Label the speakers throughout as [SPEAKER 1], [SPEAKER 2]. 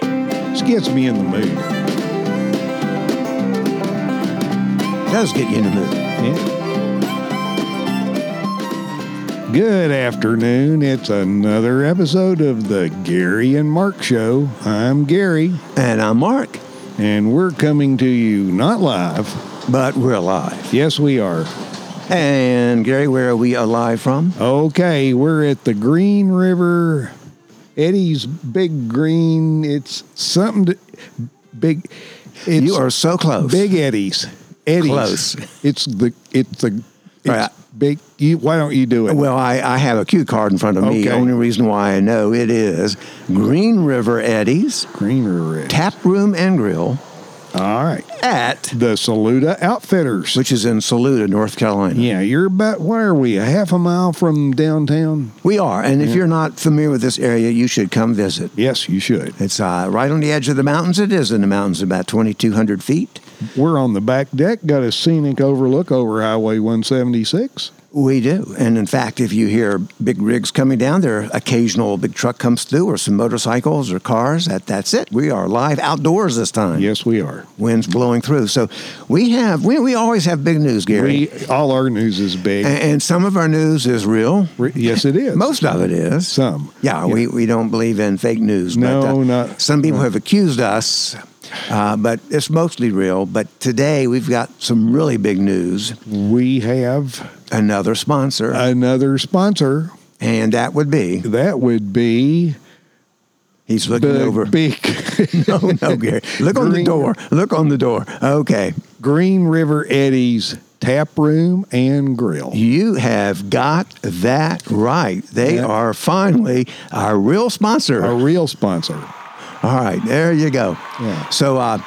[SPEAKER 1] This gets me in the mood. Does get you in the mood. Yeah. Good afternoon. It's another episode of the Gary and Mark Show. I'm Gary,
[SPEAKER 2] And I'm Mark,
[SPEAKER 1] and we're coming to you not live.
[SPEAKER 2] but we're alive.
[SPEAKER 1] Yes, we are.
[SPEAKER 2] And Gary, where are we alive from?
[SPEAKER 1] Okay, we're at the Green River. Eddie's Big Green. It's something to, big. It's
[SPEAKER 2] you are so close.
[SPEAKER 1] Big Eddie's. Eddie's.
[SPEAKER 2] Close.
[SPEAKER 1] It's the. It's the. It's
[SPEAKER 2] Right.
[SPEAKER 1] Big. You, why don't you do it?
[SPEAKER 2] Well, I, I have a cue card in front of me.
[SPEAKER 1] Okay.
[SPEAKER 2] Only reason why I know it is Green River Eddies
[SPEAKER 1] Green River. Ed.
[SPEAKER 2] Tap Room and Grill
[SPEAKER 1] All right.
[SPEAKER 2] at,
[SPEAKER 1] The Saluda Outfitters.
[SPEAKER 2] which is in Saluda, North Carolina.
[SPEAKER 1] yeah, you're about. What are we? A half a mile from downtown.
[SPEAKER 2] We are. And if you're not familiar with this area, you should come visit.
[SPEAKER 1] Yes, you should.
[SPEAKER 2] It's uh, right on the edge of the mountains. It is in the mountains, about 2,200 feet.
[SPEAKER 1] We're on the back deck. Got a scenic overlook over Highway 176.
[SPEAKER 2] We do. And in fact, if you hear big rigs coming down, there occasional big truck comes through or some motorcycles or cars. That, that's it. We are live outdoors this time.
[SPEAKER 1] Yes, we are.
[SPEAKER 2] Wind's blowing through. So we have, we, we always have big news, Gary.
[SPEAKER 1] We, all our news is big.
[SPEAKER 2] A- and, some of our news is real.
[SPEAKER 1] Re- yes, it is.
[SPEAKER 2] Eh. Most of it is.
[SPEAKER 1] Some.
[SPEAKER 2] Yeah, We, we don't believe in fake news.
[SPEAKER 1] No,
[SPEAKER 2] but, uh,
[SPEAKER 1] not-
[SPEAKER 2] Some people have accused us, uh, but it's mostly real. But today we've got some really big news.
[SPEAKER 1] We have
[SPEAKER 2] Another sponsor,
[SPEAKER 1] another sponsor.
[SPEAKER 2] and that would be
[SPEAKER 1] That would be
[SPEAKER 2] he's looking over.
[SPEAKER 1] Big Big
[SPEAKER 2] no, no, Gary. Look on the
[SPEAKER 1] Green-
[SPEAKER 2] door. Look on the door. Okay.
[SPEAKER 1] Green River Eddie's Tap Room and Grill.
[SPEAKER 2] You have got that right. They
[SPEAKER 1] Yeah. Oh.
[SPEAKER 2] are finally our real sponsor.
[SPEAKER 1] A real sponsor.
[SPEAKER 2] All right. There you go.
[SPEAKER 1] Yeah.
[SPEAKER 2] So, uh,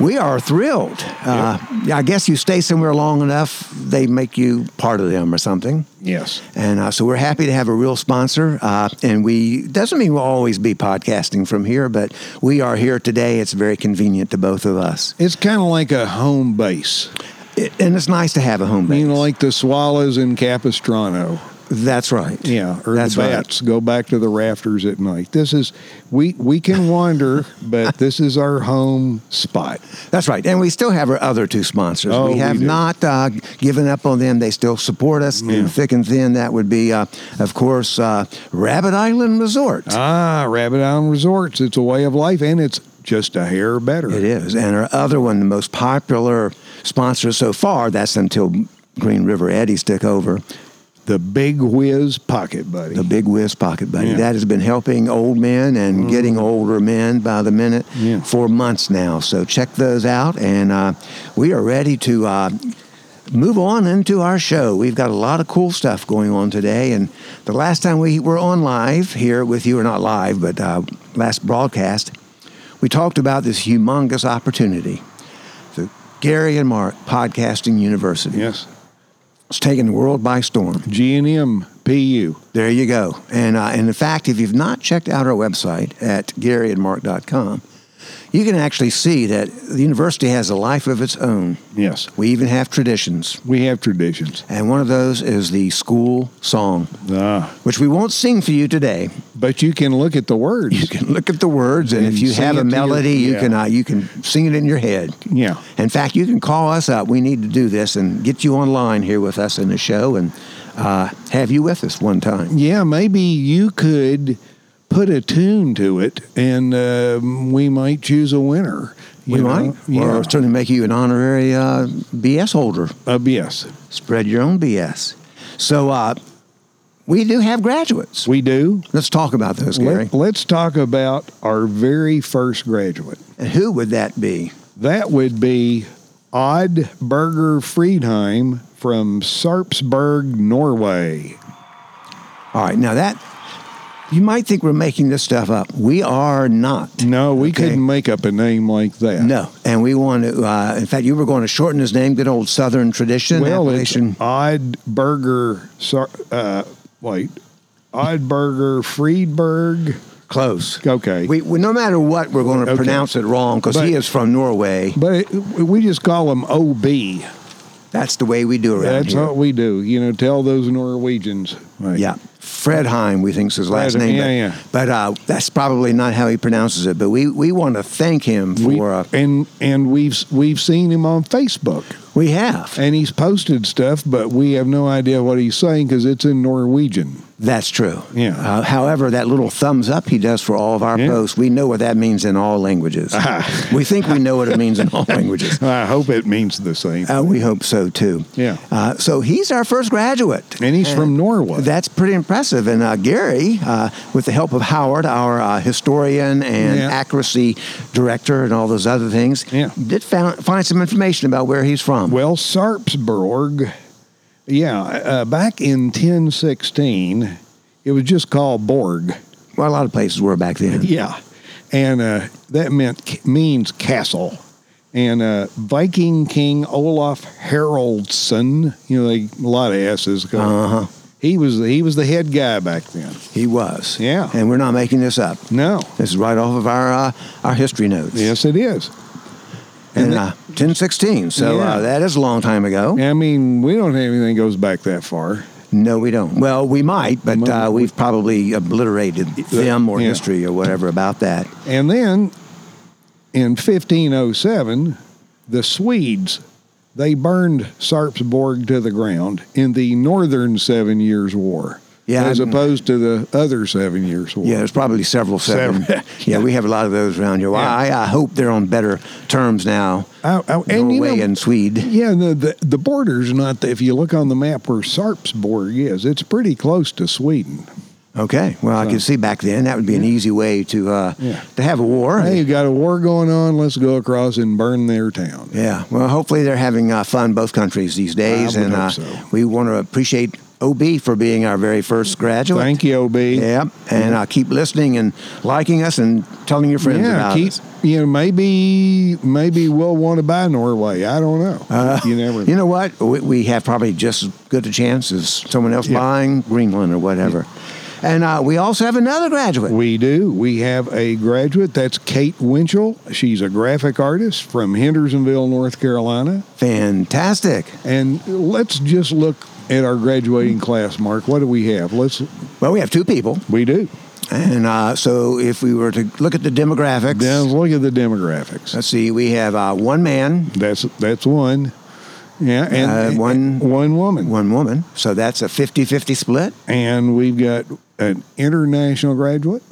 [SPEAKER 2] we are thrilled. Uh, yeah, I guess you stay somewhere long enough, they make you part of them or something.
[SPEAKER 1] Yes.
[SPEAKER 2] And uh, so we're happy to have a real sponsor. Uh, and we doesn't mean we'll always be podcasting from here, but we are here today. It's very convenient to both of us,
[SPEAKER 1] It's kind of like a home base.
[SPEAKER 2] It- and it's nice to have a home base.
[SPEAKER 1] You know, like the swallows in Capistrano.
[SPEAKER 2] That's right.
[SPEAKER 1] Yeah, or
[SPEAKER 2] That's
[SPEAKER 1] the
[SPEAKER 2] right.
[SPEAKER 1] bats go back to the rafters at night. This is we we can wander, but this is our home spot.
[SPEAKER 2] That's right. And we still have our other two sponsors.
[SPEAKER 1] Oh,
[SPEAKER 2] we
[SPEAKER 1] we
[SPEAKER 2] have
[SPEAKER 1] do.
[SPEAKER 2] not uh, given up on them. They still support us
[SPEAKER 1] Yeah.
[SPEAKER 2] through thick and thin. That would be, uh, of course, uh, Rabbit Island Resort.
[SPEAKER 1] Ah, Rabbit Island Resorts. It's a way of life, and it's just a hair better.
[SPEAKER 2] It is. And our other one, the most popular sponsor so far, that's until Green River Eddies took over,
[SPEAKER 1] The Big Whiz Pocket Buddy.
[SPEAKER 2] the Big Whiz Pocket Buddy.
[SPEAKER 1] Yeah. Mm-hmm.
[SPEAKER 2] That has been helping old men and getting older men by the minute
[SPEAKER 1] Yeah.
[SPEAKER 2] for months now. So check those out. And uh, we are ready to. Uh, Move on into our show. We've got a lot of cool stuff going on today. And the last time we were on live here with you, or not live, but uh, last broadcast, we talked about this humongous opportunity the Gary and Mark Podcasting University.
[SPEAKER 1] yes.
[SPEAKER 2] It's taking the world by storm.
[SPEAKER 1] G and M P U.
[SPEAKER 2] There you go. And, uh, and in fact, if you've not checked out our website at garyandmark.com, you can actually see that the university has a life of its own.
[SPEAKER 1] Yes.
[SPEAKER 2] We even have traditions.
[SPEAKER 1] We have traditions.
[SPEAKER 2] And one of those is the school song,
[SPEAKER 1] Ah.
[SPEAKER 2] which we won't sing for you today.
[SPEAKER 1] But you can look at the words.
[SPEAKER 2] You can look at the words, and,
[SPEAKER 1] And
[SPEAKER 2] if you
[SPEAKER 1] sing
[SPEAKER 2] have
[SPEAKER 1] it
[SPEAKER 2] a
[SPEAKER 1] to your-
[SPEAKER 2] melody, you,
[SPEAKER 1] yeah.
[SPEAKER 2] can, uh, you can sing it in your head.
[SPEAKER 1] Yeah.
[SPEAKER 2] In fact, you can call us up. We need to do this and get you online here with us in the show and uh, have you with us one time.
[SPEAKER 1] Yeah, maybe you could put a tune to it and um, we might choose a winner. you
[SPEAKER 2] we
[SPEAKER 1] know?
[SPEAKER 2] might.
[SPEAKER 1] Yeah.
[SPEAKER 2] Or certainly make you an honorary uh, BS holder.
[SPEAKER 1] Uh, yes,
[SPEAKER 2] Spread your own BS. So uh, we do have graduates.
[SPEAKER 1] we do.
[SPEAKER 2] Let's talk about those, Gary.
[SPEAKER 1] Let, let's talk about our very first graduate.
[SPEAKER 2] And who would that be?
[SPEAKER 1] That would be Odd Berger Friedheim from Sarpsborg, Norway.
[SPEAKER 2] All right, now that you might think we're making this stuff up. We are not.
[SPEAKER 1] No, we
[SPEAKER 2] Okay.
[SPEAKER 1] couldn't make up a name like that.
[SPEAKER 2] No, and we want to. Uh, in fact, you were going to shorten his name, good old Southern tradition,
[SPEAKER 1] Well, it's
[SPEAKER 2] Appalachian.
[SPEAKER 1] Odd Burger. Sar- Uh, wait, Odd Burger Friedberg.
[SPEAKER 2] Close.
[SPEAKER 1] Okay,
[SPEAKER 2] We, we, no matter what, we're going to
[SPEAKER 1] Okay.
[SPEAKER 2] pronounce it wrong because
[SPEAKER 1] But-
[SPEAKER 2] he is from Norway.
[SPEAKER 1] but it, we just call him OB.
[SPEAKER 2] That's the way we do around
[SPEAKER 1] That's
[SPEAKER 2] here.
[SPEAKER 1] what we do. You know, tell those Norwegians. Right.
[SPEAKER 2] yeah. Fred Heim, we think is his last
[SPEAKER 1] Fred,
[SPEAKER 2] name.
[SPEAKER 1] yeah, yeah.
[SPEAKER 2] but but uh, that's probably not how he pronounces it. But we, we want to thank him for.
[SPEAKER 1] We,
[SPEAKER 2] uh,
[SPEAKER 1] and and we've we've seen him on Facebook,
[SPEAKER 2] we have.
[SPEAKER 1] and he's posted stuff, but we have no idea what he's saying because it's in Norwegian.
[SPEAKER 2] That's true.
[SPEAKER 1] Yeah.
[SPEAKER 2] Uh, however, that little thumbs up he does for all of our
[SPEAKER 1] Yeah.
[SPEAKER 2] posts, we know what that means in all languages. we think we know what it means in all languages.
[SPEAKER 1] I hope it means the same.
[SPEAKER 2] Uh, we hope so too.
[SPEAKER 1] Yeah.
[SPEAKER 2] Uh, so he's our first graduate.
[SPEAKER 1] and he's from Norway.
[SPEAKER 2] That's pretty impressive. And uh, Gary, uh, with the help of Howard, our uh, historian and
[SPEAKER 1] Yeah.
[SPEAKER 2] accuracy director, and all those other things,
[SPEAKER 1] Yeah.
[SPEAKER 2] did found, find some information about where he's from.
[SPEAKER 1] Well, Sarpsborg, yeah, uh, back in 1016, it was just called Borg.
[SPEAKER 2] Well, a lot of places were back then.
[SPEAKER 1] Yeah, and uh, that meant means castle. And uh, Viking King Olaf Haraldsson, you know, they, a lot of S's. 'cause
[SPEAKER 2] Uh-huh.
[SPEAKER 1] He was he was the head guy back then.
[SPEAKER 2] He was.
[SPEAKER 1] Yeah.
[SPEAKER 2] And we're not making this up.
[SPEAKER 1] No,
[SPEAKER 2] This is right off of our uh, our history notes.
[SPEAKER 1] yes, it is.
[SPEAKER 2] And uh, 1016. So
[SPEAKER 1] Yeah.
[SPEAKER 2] uh, that is a long time ago.
[SPEAKER 1] I mean, we don't have anything that goes back that far.
[SPEAKER 2] No, we don't. Well, we might, but
[SPEAKER 1] Might.
[SPEAKER 2] uh, we've probably obliterated them or
[SPEAKER 1] uh, Yeah.
[SPEAKER 2] history or whatever about that.
[SPEAKER 1] And then in 1507, the Swedes they burned Sarpsborg to the ground in the Northern Seven Years' War.
[SPEAKER 2] Yeah,
[SPEAKER 1] as
[SPEAKER 2] I'm-
[SPEAKER 1] opposed to the other Seven Years' War.
[SPEAKER 2] Yeah, there's probably several seven.
[SPEAKER 1] Several.
[SPEAKER 2] yeah, we have a lot of those around here. Well,
[SPEAKER 1] Yeah.
[SPEAKER 2] I, I hope they're on better terms now.
[SPEAKER 1] I- I- and
[SPEAKER 2] Norway
[SPEAKER 1] you know,
[SPEAKER 2] and Swede.
[SPEAKER 1] yeah, the, the the border's not. If you look on the map where Sarpsborg is, it's pretty close to Sweden.
[SPEAKER 2] Okay. Well, I could see back then that would be an easy way to uh,
[SPEAKER 1] Yeah.
[SPEAKER 2] to have a war.
[SPEAKER 1] Hey, you got a war going on. Let's go across and burn their town.
[SPEAKER 2] Yeah. Well, hopefully they're having uh, fun both countries these days,
[SPEAKER 1] would
[SPEAKER 2] and
[SPEAKER 1] hope
[SPEAKER 2] uh,
[SPEAKER 1] so.
[SPEAKER 2] we want to appreciate OB for being our very first graduate.
[SPEAKER 1] Thank you, Ob.
[SPEAKER 2] Yeah, and uh, keep listening and liking us and telling your friends
[SPEAKER 1] yeah,
[SPEAKER 2] about
[SPEAKER 1] keep,
[SPEAKER 2] us.
[SPEAKER 1] you know, maybe maybe we'll want to buy Norway. I don't know.
[SPEAKER 2] Uh,
[SPEAKER 1] you never.
[SPEAKER 2] You know what? We, we have probably just as good a chance as someone else
[SPEAKER 1] Yeah.
[SPEAKER 2] buying Greenland or whatever. And uh, we also have another graduate.
[SPEAKER 1] we do. We have a graduate. That's Kate Winchell. She's a graphic artist from Hendersonville, North Carolina.
[SPEAKER 2] Fantastic.
[SPEAKER 1] And let's just look at our graduating class, Mark. What do we have? Let's.
[SPEAKER 2] Well, we have two people,
[SPEAKER 1] We do.
[SPEAKER 2] and uh, so if we were to look at the demographics,
[SPEAKER 1] Now look at the demographics.
[SPEAKER 2] let's see, we have uh, one man,
[SPEAKER 1] That's that's one. Yeah, and
[SPEAKER 2] Uh, one-
[SPEAKER 1] one woman.
[SPEAKER 2] one woman, so that's a 50-50 split.
[SPEAKER 1] And we've got an international graduate.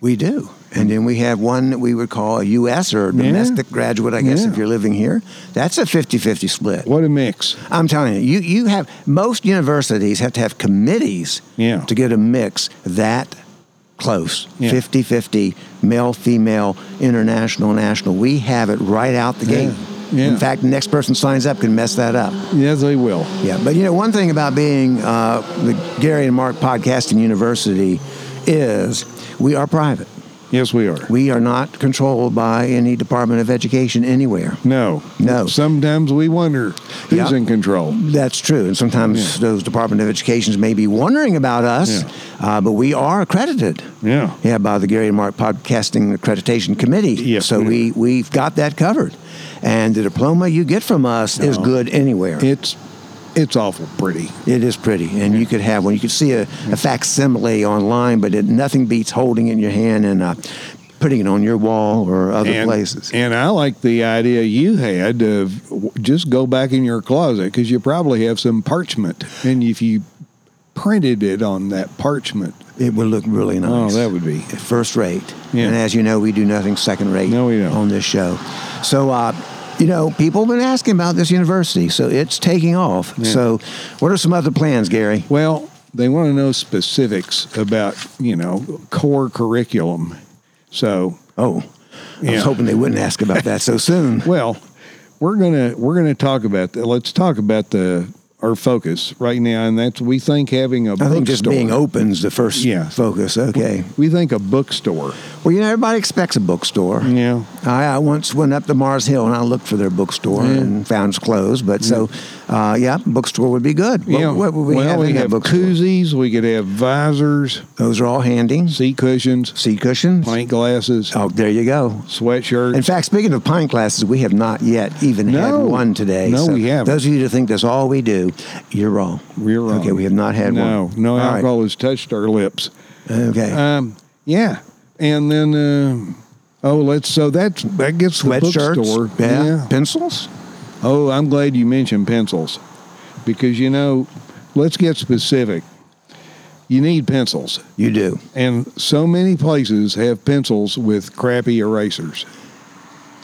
[SPEAKER 2] We do. And then we have one that we would call a U.S. or domestic graduate, I guess,
[SPEAKER 1] Yeah.
[SPEAKER 2] if you're living here. That's a 50-50 split.
[SPEAKER 1] What a mix.
[SPEAKER 2] I'm telling you, you, you have most universities have to have committees
[SPEAKER 1] Yeah.
[SPEAKER 2] to get a mix that close
[SPEAKER 1] Yeah.
[SPEAKER 2] 50 50 male female international national we have it right out the gate
[SPEAKER 1] Yeah.
[SPEAKER 2] in fact the next person signs up can mess that up
[SPEAKER 1] Yes, they will.
[SPEAKER 2] yeah, but you know, one thing about being uh, the Gary and Mark Podcasting University is we are private.
[SPEAKER 1] Yes, we are.
[SPEAKER 2] We are not controlled by any Department of Education anywhere.
[SPEAKER 1] No.
[SPEAKER 2] No.
[SPEAKER 1] Sometimes we wonder who's
[SPEAKER 2] Yeah.
[SPEAKER 1] in control.
[SPEAKER 2] That's true, and sometimes
[SPEAKER 1] Yeah.
[SPEAKER 2] those Department of Educations may be wondering about us,
[SPEAKER 1] Yeah.
[SPEAKER 2] uh, but we are accredited.
[SPEAKER 1] Yeah.
[SPEAKER 2] Yeah, by the Gary and Mark Podcasting Accreditation Committee.
[SPEAKER 1] Yes,
[SPEAKER 2] so
[SPEAKER 1] we-
[SPEAKER 2] we we've got that covered, and the diploma you get from us is
[SPEAKER 1] Uh-huh.
[SPEAKER 2] good anywhere.
[SPEAKER 1] It's it's awful pretty.
[SPEAKER 2] It is pretty, and you could have one. You could see a, a facsimile online, but it, nothing beats holding it in your hand and uh, putting it on your wall or other
[SPEAKER 1] and,
[SPEAKER 2] places.
[SPEAKER 1] And I like the idea you had of w- just go back in your closet because you probably have some parchment. And if you printed it on that parchment,
[SPEAKER 2] It would look really
[SPEAKER 1] oh,
[SPEAKER 2] nice.
[SPEAKER 1] that would be.
[SPEAKER 2] first rate.
[SPEAKER 1] Yeah.
[SPEAKER 2] And as you know, we do nothing second rate
[SPEAKER 1] No, we don't.
[SPEAKER 2] on this show. So, uh, you know, people have been asking about this university, so it's taking off. So, what are some other plans, Gary?
[SPEAKER 1] Well, they want to know specifics about, you know, core curriculum. So,
[SPEAKER 2] Oh, I
[SPEAKER 1] Yeah.
[SPEAKER 2] was hoping they wouldn't ask about that so soon.
[SPEAKER 1] well, we're going to we're going to talk about that. Let's talk about the our focus right now and that's we think having a
[SPEAKER 2] I think
[SPEAKER 1] bookstore.
[SPEAKER 2] just being open's the first
[SPEAKER 1] Yeah.
[SPEAKER 2] focus. Okay.
[SPEAKER 1] we think a bookstore.
[SPEAKER 2] Well, you know, everybody expects a bookstore.
[SPEAKER 1] Yeah.
[SPEAKER 2] I, I once went up to Mars Hill and I looked for their bookstore and found it's closed. But so, uh, yeah, bookstore would be good. What,
[SPEAKER 1] yeah.
[SPEAKER 2] what would we
[SPEAKER 1] well,
[SPEAKER 2] have
[SPEAKER 1] we
[SPEAKER 2] in that
[SPEAKER 1] have
[SPEAKER 2] bookstore?
[SPEAKER 1] koozies, we could have visors,
[SPEAKER 2] Those are all handy.
[SPEAKER 1] seat cushions,
[SPEAKER 2] Seat cushions.
[SPEAKER 1] pint glasses,
[SPEAKER 2] Oh, there you go.
[SPEAKER 1] sweatshirts.
[SPEAKER 2] In fact, speaking of pint glasses, we have not yet even had
[SPEAKER 1] No.
[SPEAKER 2] one today.
[SPEAKER 1] No,
[SPEAKER 2] so
[SPEAKER 1] we haven't.
[SPEAKER 2] Those of you that think that's all we do, you're wrong.
[SPEAKER 1] We're wrong.
[SPEAKER 2] Okay, we have not had
[SPEAKER 1] no,
[SPEAKER 2] one.
[SPEAKER 1] no
[SPEAKER 2] All right.
[SPEAKER 1] alcohol has touched our lips.
[SPEAKER 2] Okay.
[SPEAKER 1] Um, yeah, and then uh, oh, let's so that that gets the bookstore.
[SPEAKER 2] Sweatshirts. Yeah. Pencils.
[SPEAKER 1] Oh, I'm glad you mentioned pencils because you know, let's get specific. You need pencils,
[SPEAKER 2] You do.
[SPEAKER 1] and so many places have pencils with crappy erasers.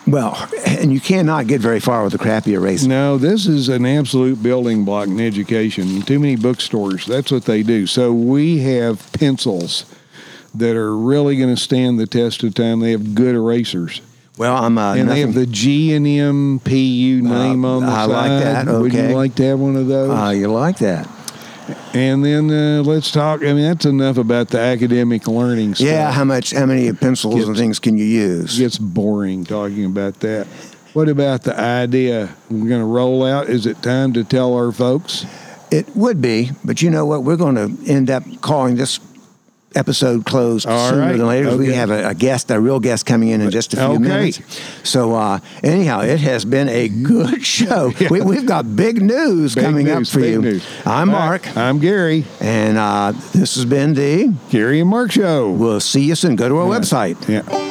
[SPEAKER 2] Well, and you cannot get very far with a crappy eraser.
[SPEAKER 1] No, this is an absolute building block in education. Too many bookstores, that's what they do. So we have pencils that are really going to stand the test of time. They have good erasers.
[SPEAKER 2] Well, I'm uh,
[SPEAKER 1] And they
[SPEAKER 2] nothing- Uh,
[SPEAKER 1] have the G and M P U name on the
[SPEAKER 2] I like
[SPEAKER 1] side.
[SPEAKER 2] that,
[SPEAKER 1] Would you
[SPEAKER 2] okay.
[SPEAKER 1] like to have one of those?
[SPEAKER 2] Ah, you like that?
[SPEAKER 1] and then uh, let's talk. I mean, that's enough about the academic learning stuff.
[SPEAKER 2] Yeah. How much? How many pencils and things can you
[SPEAKER 1] It
[SPEAKER 2] use?
[SPEAKER 1] gets boring talking about that. What about the idea we're going to roll out? Is it time to tell our folks?
[SPEAKER 2] It would be, but you know what? We're going to end up calling this episode closed
[SPEAKER 1] All
[SPEAKER 2] sooner
[SPEAKER 1] right,
[SPEAKER 2] than later. 'cause We
[SPEAKER 1] okay.
[SPEAKER 2] have a, a guest, a real guest, coming in in just a few
[SPEAKER 1] Okay.
[SPEAKER 2] minutes. So, uh, anyhow, it has been a good show. We, we've got big
[SPEAKER 1] Mm-hmm.
[SPEAKER 2] news
[SPEAKER 1] Big
[SPEAKER 2] coming
[SPEAKER 1] news,
[SPEAKER 2] up for
[SPEAKER 1] big
[SPEAKER 2] you.
[SPEAKER 1] news.
[SPEAKER 2] I'm
[SPEAKER 1] All
[SPEAKER 2] Mark,
[SPEAKER 1] right, I'm Gary.
[SPEAKER 2] and uh, this has been the.
[SPEAKER 1] Gary and Mark Show.
[SPEAKER 2] We'll see you soon. Go to our website.
[SPEAKER 1] Yeah.